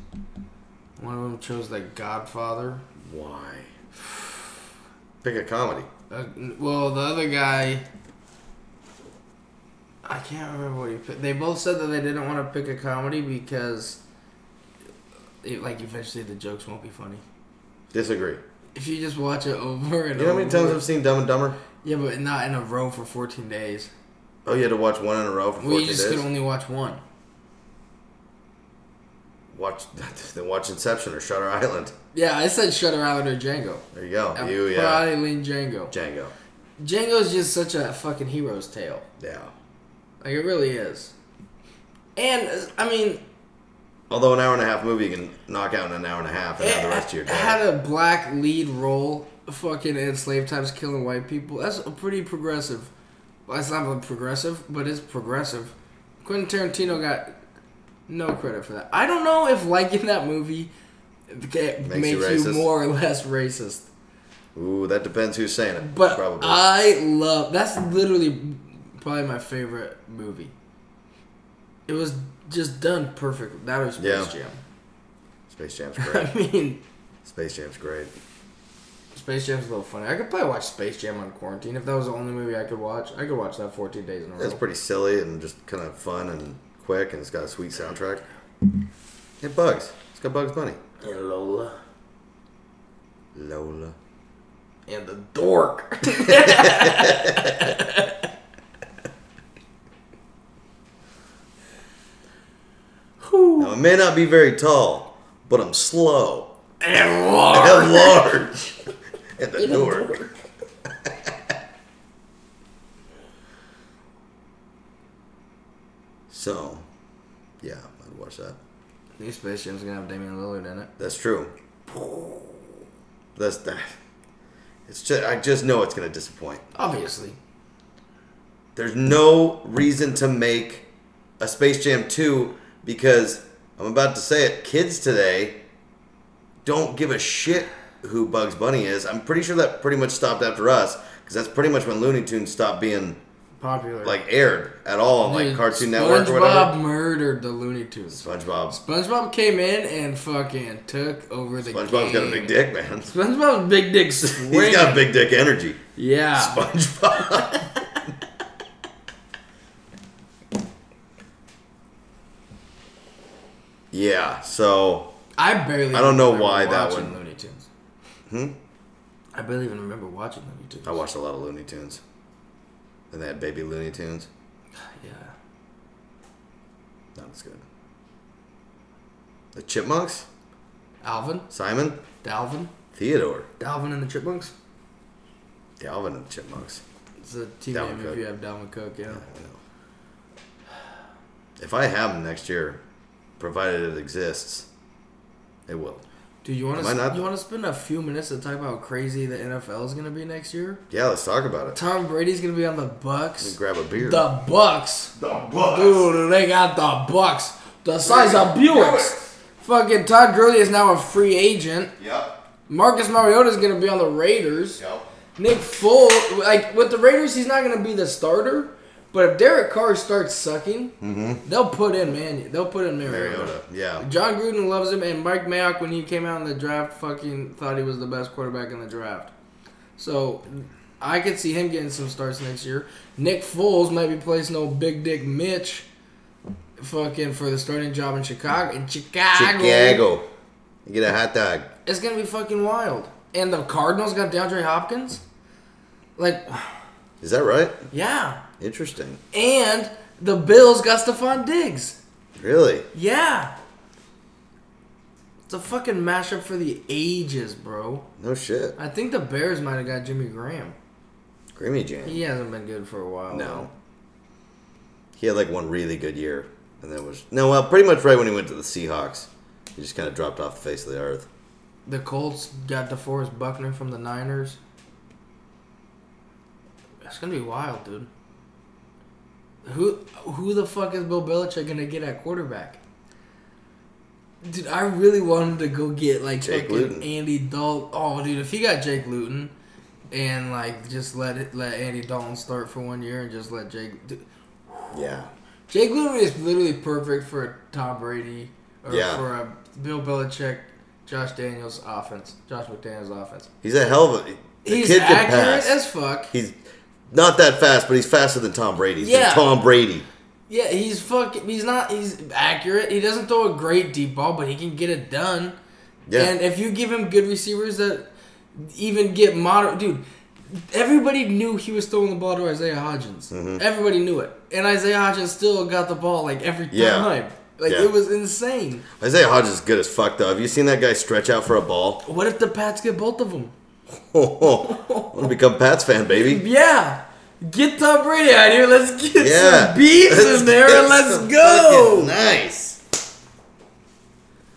One of them chose The Godfather.
Why? Pick a comedy.
Uh, n- well, the other guy, I can't remember what he picked. They both said that they didn't want to pick a comedy because, it, like, eventually the jokes won't be funny.
Disagree.
If you just watch it over and
You know how
over,
many times I've seen Dumb and Dumber?
yeah, but not in a row for fourteen days.
Oh, you had to watch one in a row for 14
We just
days.
could only watch one.
Watch then watch Inception or Shutter Island.
Yeah, I said Shutter Island or Django.
There you go.
I
you yeah.
probably lean Django.
Django.
Django's just such a fucking hero's tale.
Yeah.
Like it really is. And uh, I mean,
Although an hour and a half movie you can knock out in an hour and a half and have the rest of your
it
day.
had a black lead role, fucking in slave times killing white people. That's a pretty progressive. Well, it's not really progressive, but it's progressive. Quentin Tarantino got no credit for that. I don't know if liking that movie ca-
Makes
makes,
you
you,
racist?
more or less racist.
Ooh, that depends who's saying it.
But
probably.
I love that's literally probably my favorite movie. It was just done perfect. That was Space
Yeah.
Jam.
Space Jam's great.
I mean,
Space Jam's great.
Space Jam's a little funny. I could probably watch Space Jam on quarantine if that was the only movie I could watch. I could watch that 14 days in a row.
It's pretty silly and just kind of fun and quick and it's got a sweet soundtrack. It bugs. It's got Bugs Bunny.
and Lola
Lola.
and the dork.
Now it may not be very tall, but I'm slow
And
and
large.
large. and the door. so, yeah, I'd watch that.
New Space Jam's gonna have Damian Lillard in it.
That's true. That's that. It's just I just know it's gonna disappoint.
Obviously.
There's no reason to make a Space Jam 2 because I'm about to say it, kids today don't give a shit who Bugs Bunny is. I'm pretty sure that pretty much stopped after us because that's pretty much when Looney Tunes stopped being
Popular.
like aired at all on like
Dude,
Cartoon Network or whatever.
SpongeBob murdered the Looney Tunes.
SpongeBob.
SpongeBob came in and fucking took over the game.
SpongeBob's got a big dick, man.
SpongeBob's big dick swinging.
He's got big dick energy.
Yeah.
SpongeBob. yeah, so
I barely.
I don't know
remember
why that
watching
one-
Looney Tunes.
Hmm? Oh.
I barely even remember watching Looney Tunes.
I watched a lot of Looney Tunes. And they had Baby Looney Tunes.
Yeah.
Not as good. The Chipmunks?
Alvin,
Simon?
Dalvin,
Theodore.
Dalvin and the Chipmunks.
Dalvin and the Chipmunks.
it's a team
Dalvin
name
Cook.
if you have Dalvin Cook. Yeah.
I don't know. If I have them next year, provided it exists, it will.
Dude, you want
Am I
to
not-
you want to spend a few minutes to talk about how crazy the NFL is gonna be next year?
Yeah, let's talk about it.
Tom Brady's gonna be on the
Let me
Bucks.
grab a beer.
The Bucks,
The Bucks.
dude, they got the Bucks, the size of Buicks. Fucking Todd Gurley is now a free agent.
Yep.
Marcus Mariota is gonna be on the Raiders.
Yep.
Nick Foles, like with the Raiders, he's not going to be the starter. But if Derek Carr starts sucking, they'll put in man. They'll put in Mariota.
Mm-hmm. Mariota. Yeah.
John Gruden loves him, and Mike Mayock, when he came out in the draft, fucking thought he was the best quarterback in the draft. So I could see him getting some starts next year. Nick Foles might be placing old Big Dick Mitch, fucking for the starting job in Chicago. In Chicago,
Chicago. You get a hot dog.
it's gonna be fucking wild. And the Cardinals got DeAndre Hopkins. Like,
Is that right?
yeah.
Interesting.
And the Bills got Stephon Diggs.
Really?
Yeah. It's a fucking mashup for the ages, bro.
No shit.
I think the Bears might have got Jimmy Graham.
Creamy Jam.
He hasn't been good for a while.
No. He had like one really good year, and that was no. Well, pretty much right when he went to the Seahawks, he just kind of dropped off the face of the earth.
The Colts got DeForest Buckner from the Niners. That's gonna be wild, dude. Who who the fuck is Bill Belichick gonna get at quarterback? Dude, I really wanted to go get like
Jake
fucking
Luton.
Andy Dalton. Oh, dude, if he got Jake Luton and like just let it let Andy Dalton start for one year and just let Jake. Dude,
Yeah.
Jake Luton is literally perfect for a Tom Brady or
Yeah.
for a Bill Belichick, Josh Daniels offense, Josh McDaniels offense.
He's a hell of a. The
He's
kid can
accurate
pass.
as fuck.
He's not that fast, but he's faster than Tom Brady. He's been
Yeah.
Tom Brady.
Yeah, he's fuck. He's not. He's accurate. He doesn't throw a great deep ball, but he can get it done.
Yeah.
And if you give him good receivers that even get moderate, dude. Everybody knew he was throwing the ball to Isaiah Hodgins.
Mm-hmm.
Everybody knew it, and Isaiah Hodgins still got the ball like every time.
Yeah.
Like
Yeah.
it was insane.
Isaiah Hodges is good as fuck though. Have you seen that guy stretch out for a ball?
What if the Pats get both of them?
Oh, oh. I'm gonna become Pat's fan, baby.
Yeah. Get Tom Brady out here. Let's get
Yeah.
some beats in there
get
and let's
some fucking
go.
Nice.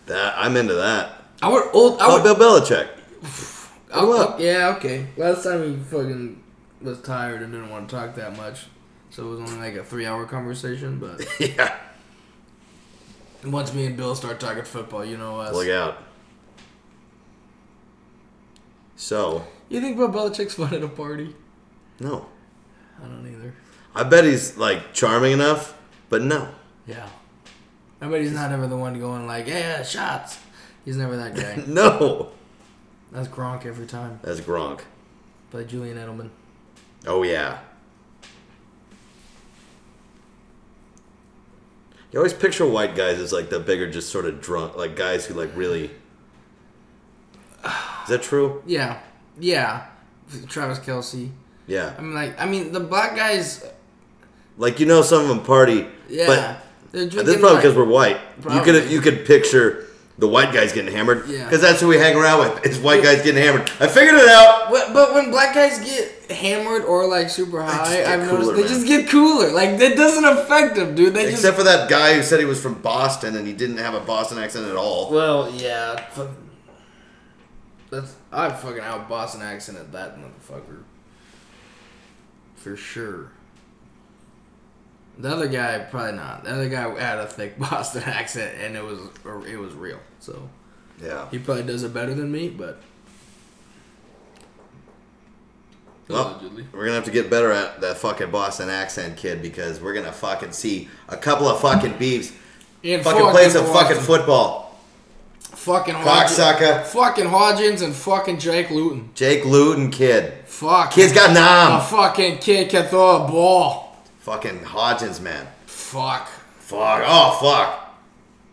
That I'm into that.
I would old. I
Oh,
would.
Bill Belichick.
I'll-
up.
I'll- Yeah. Okay. Last time we fucking was tired and didn't want to talk that much, so it was only like a three-hour conversation. But
yeah.
once me and Bill start talking football, you know us.
Look out. So,
You think Bill Belichick's fun at a party?
no.
I don't either.
I bet he's like charming enough, but no.
Yeah. I bet he's not ever the one going like, "Yeah, shots." He's never that guy.
No.
That's Gronk every time.
That's Gronk.
By Julian Edelman.
Oh yeah. You always picture white guys as like the bigger, just sort of drunk, like guys who like really. Is that true?
Yeah, yeah. Travis Kelsey.
Yeah.
I'm like, I mean, the black guys.
Like you know, some of them party.
Yeah,
But
they're
and this is probably because we're white. You
Probably.
could you could picture the white guys getting hammered.
Yeah.
Because that's who we hang around with. Is white guys getting hammered. I figured it out.
But, but when black guys get hammered or like super high,
get
I've noticed
cooler,
they
man.
just get cooler. Like that doesn't affect them, dude. They
Except for that guy who said he was from Boston and he didn't have a Boston accent at all.
Well, yeah. fuck- That's I fucking out Boston accent at that motherfucker. For sure. The other guy probably not. The other guy had a thick Boston accent, and it was or it was real. So
Yeah.
he probably does it better than me, but
Well,
allegedly.
we're gonna have to get better at that fucking Boston accent, kid, because we're gonna fucking see a couple of fucking beefs
And
fucking play some
Boston.
fucking football.
fucking
Cock
Hodgins,
sucker,
fucking Hodgins, and fucking Jake Luton.
Jake Luton, kid.
Fuck.
Kid's got
a
nom.
fucking kid can throw a ball.
Fucking Hodgins, man.
Fuck.
Fuck. Oh, fuck.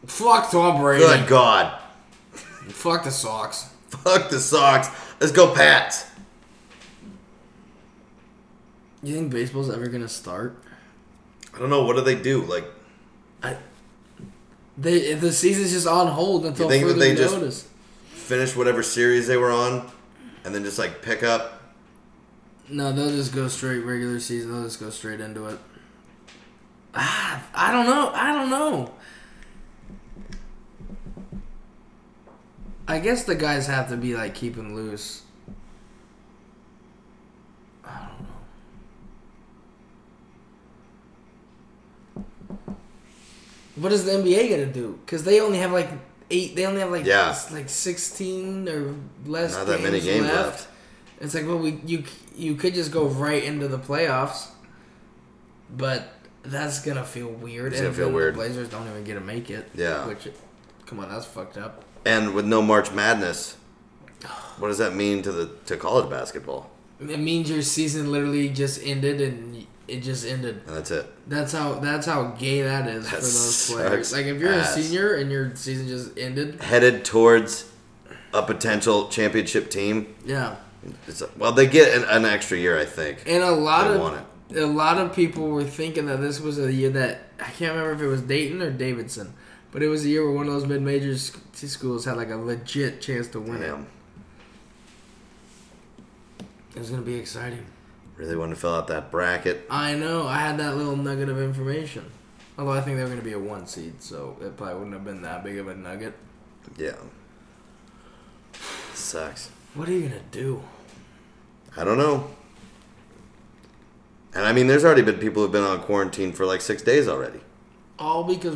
Fuck Tom Brady.
Good God.
Fuck the Sox.
Fuck the Sox. Let's go, Pats.
You think baseball's ever gonna start?
I don't know. What do they do? Like,
I. They the season's just on hold until
You think that
further
they just-
notice.
finish whatever series they were on, and then just like pick up.
No, they'll just go straight regular season. They'll just go straight into it. Ah, I don't know. I don't know. I guess the guys have to be like keeping loose. I don't know. What is the NBA gonna do? Because they only have like eight. They only have like
Yeah.
s- like sixteen or less.
Not that many games left.
It's like, well, we you you could just go right into the playoffs, but that's gonna feel weird.
It's gonna
And
feel
then the
weird.
Blazers don't even get to make it.
Yeah.
Which, come on, that's fucked up.
And with no March Madness, what does that mean to the to college basketball?
It means your season literally just ended, and y- it just ended.
And that's it.
That's how that's how gay that is
That
for those
sucks
players. Like if you're
ass.
a senior and your season just ended,
Headed towards a potential championship team.
yeah.
It's, well, they get an, an extra year, I think.
And a lot
They
of
want
a lot of people were thinking that this was a year that I can't remember if it was Dayton or Davidson, but it was a year where one of those mid major schools had like a legit chance to win
Damn.
it. It was gonna be exciting.
Really want to fill out that bracket.
I know. I had that little nugget of information. Although I think they were gonna be a one seed, so it probably wouldn't have been that big of a nugget.
Yeah. Sucks.
What are you gonna do?
I don't know. And I mean, there's already been people who've been on quarantine for like six days already.
All because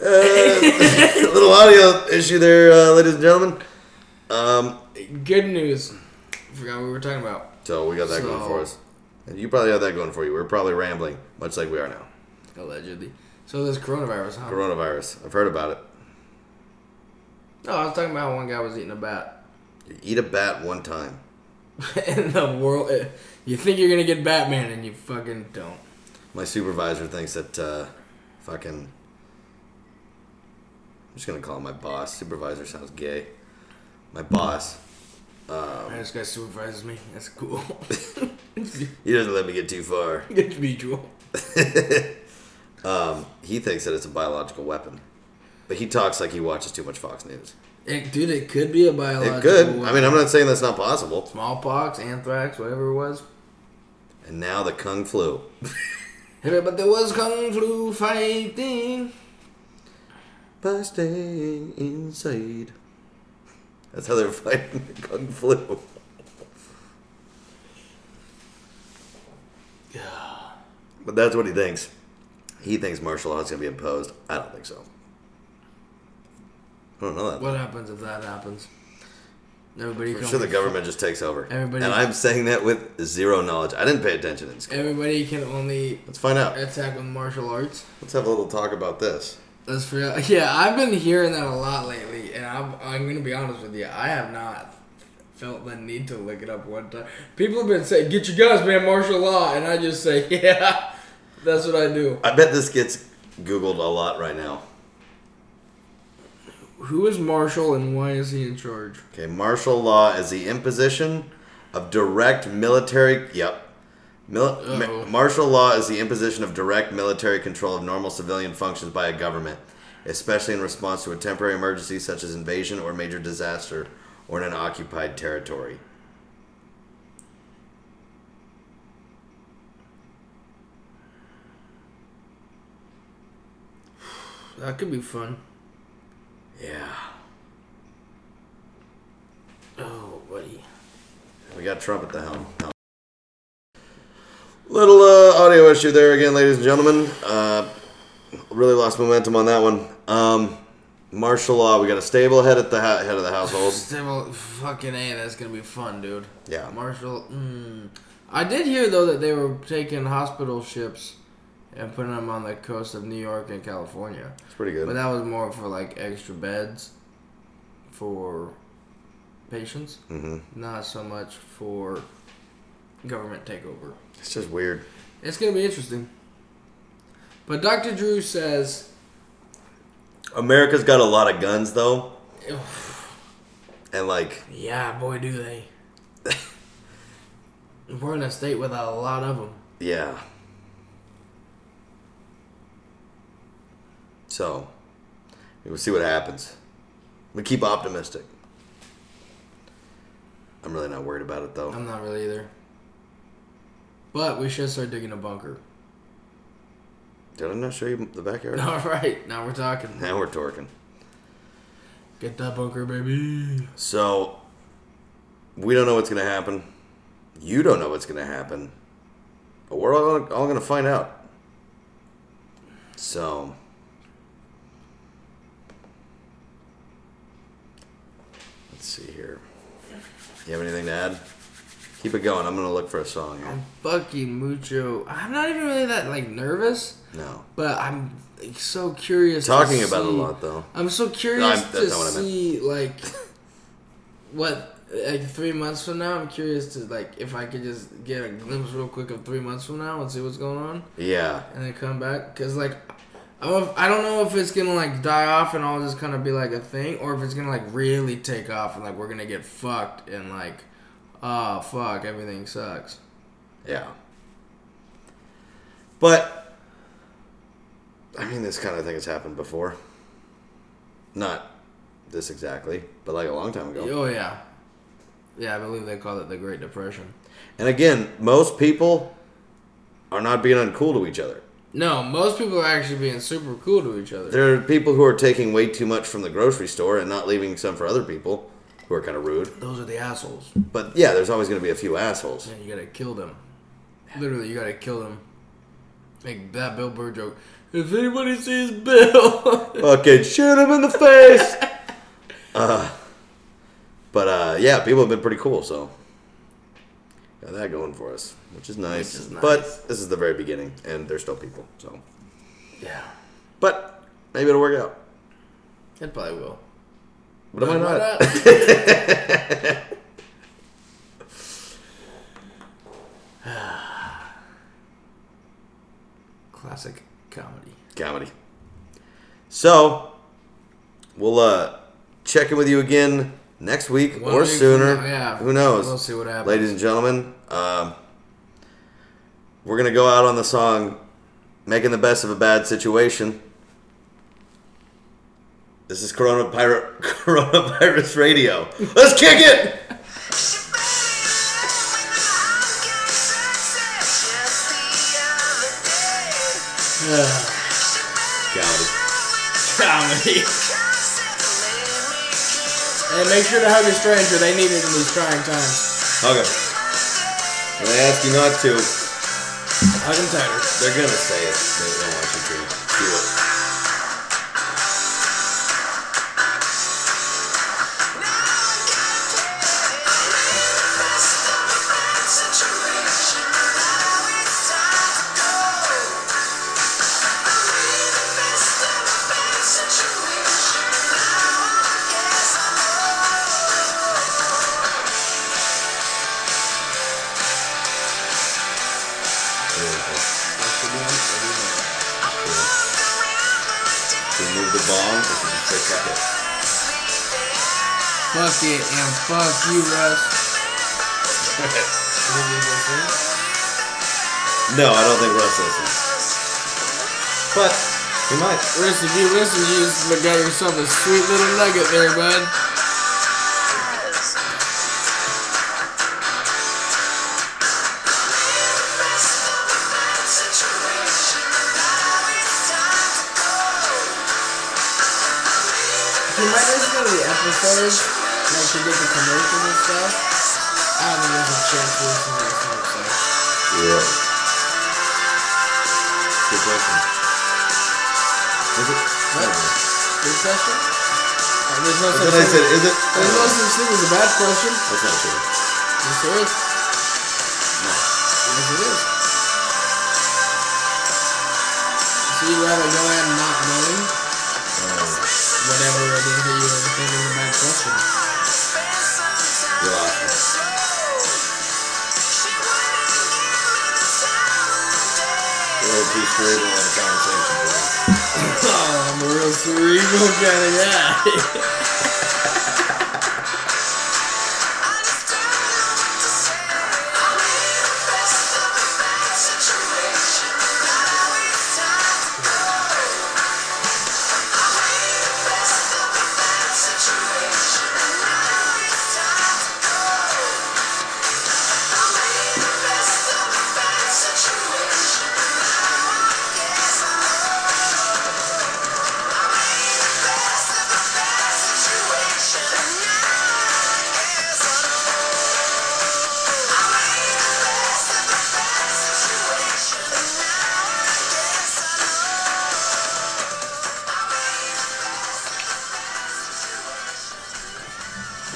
Uh, a little audio issue there, uh, ladies and gentlemen. Um,
good news. Forgot what we were talking about.
so we got that going for
So-
us. And you probably have that going for you. We're probably rambling, much like we are now.
Allegedly. So this coronavirus, huh?
Coronavirus. I've heard about it.
No, I was talking about how one guy was eating a bat.
You eat a bat one time.
in the world. eh, You think you're gonna get Batman, and you fucking don't.
My supervisor thinks that uh, fucking. I'm just gonna call him my boss. Supervisor sounds gay. My boss.
Alright, this guy supervises me. That's cool.
He doesn't let me get too far.
Good to meet you.
um, he thinks that it's a biological weapon, but he talks like he watches too much Fox News.
It, dude, it could be a biological.
It could. I
weapon.
mean, I'm not saying that's not possible.
smallpox, anthrax, whatever it was.
And now the kung flu.
Hey, but there was kung flu fighting.
By staying inside. That's how they're fighting the kung flu. But that's what he thinks. He thinks martial law is going to be imposed. I don't think so. I don't know that.
What happens if that happens? Everybody
I'm
can
sure the
only-
government just takes over.
Everybody-
and I'm saying that with zero knowledge. I didn't pay attention in school.
Everybody can only
Let's find out.
attack with martial arts.
Let's have a little talk about this.
That's for real. Yeah, I've been hearing that a lot lately, and I'm I'm gonna be honest with you. I have not felt the need to look it up one time. People have been saying, "Get your guns, man, martial law," and I just say, "Yeah, that's what I do."
I bet this gets Googled a lot right now.
Who is Marshall, and why is he in charge?
Okay, martial law is the imposition of direct military. Yep. Mil- ma-
Uh-oh.
martial law is the imposition of direct military control of normal civilian functions by a government. especially in response to a temporary emergency such as invasion or major disaster or in an occupied territory.
That could be fun.
Yeah.
Oh, buddy.
We got Trump at the helm. Little uh, audio issue there again, ladies and gentlemen. Uh, really lost momentum on that one. Um, martial law. We got a stable head at the ha- head of the household.
Stable, fucking A, that's gonna be fun, dude.
Yeah.
Marshall, mm. I did hear, though, that they were taking hospital ships and putting them on the coast of New York and California.
It's pretty
But
good.
that was more for, like, extra beds for patients,
hmm
not so much for government takeover.
It's just weird.
It's gonna be interesting. But Dr. Drew says,
America's got a lot of guns though, and like
yeah, boy, do they. We're in a state with a lot of them.
yeah. So we'll see what happens. We keep optimistic. I'm really not worried about it though.
I'm not really either. But we should start digging a bunker.
Did I not show you the backyard?
All right, now we're talking.
Now we're talking.
Get that bunker, baby.
So we don't know what's gonna happen. You don't know what's gonna happen. But we're all, all gonna find out. So let's see here. You have anything to add? Keep it going. I'm gonna look for a song. Here.
I'm fucking mucho. I'm not even really that like nervous,
No,
but I'm like, so curious. to
talking about it a
see-
lot though.
I'm so curious
No, I'm- that's
to
not what I meant.
see like what like three months from now. I'm curious to like if I could just get a glimpse real quick of three months from now and see what's going on,
Yeah,
and then come back because like I don't- I don't know if it's gonna like die off and all just kind of be like a thing, or if it's gonna like really take off and like we're gonna get fucked and like oh fuck everything sucks.
yeah. But I mean, this kind of thing has happened before. Not this exactly, but like a long time ago.
Oh yeah, yeah. I believe they call it the Great Depression.
And again, most people are not being uncool to each other.
No, most people are actually being super cool to each other.
There are people who are taking way too much from the grocery store and not leaving some for other people who are kind of rude.
Those are the assholes.
But yeah, there's always going to be a few assholes.
Man, you gotta kill them. Literally, you gotta kill them. Like that Bill Burr joke. If anybody sees Bill,
Fucking shoot him in the face! uh, but uh, yeah, people have been pretty cool, so. Got that going for us, which is nice.
is nice.
But this is the very beginning, and there's still people, so.
yeah,
But maybe it'll work out.
it probably will.
But am I
Why
not?
not? Classic comedy.
comedy. So we'll uh check in with you again next week
One
or
week from
sooner.
now, yeah.
Who knows?
We'll see what happens.
Ladies and gentlemen, um, we're gonna go out on the song "Making the Best of a Bad Situation." This is Corona Pirate Coronavirus Radio. Let's kick it. Comedy.
Comedy. And make sure to hug a stranger. They need it in these trying times.
Hug 'em. When they ask you not to,
Hug them tighter.
they're gonna say it. They don't want you to do it. Remove the bomb. This is the first second.
Fuck it and fuck you, Russ.
No, I don't think Russ listens. But He might.
Chris, if you listen, you just got yourself a sweet little nugget there, bud.
He might listen to the episodes, like to get the commercials and stuff. I don't think there's a chance he listens to this episode.
Yeah. Good question. Is it? I don't know.
Good question. Uh, there's no
I
such
thought I
thing.
said, is it? I
There's
don't
no
know.
such thing as a bad question.
That's not true.
Yes, there is.
No.
Yes, it is. So you'd rather go in not knowing
Um,
whatever it is that you were thinking is a bad question.
you're laughing. You're a little too cerebral in a conversation. bro.
Oh, I'm a real cerebral kind of guy.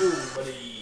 Ooh, buddy.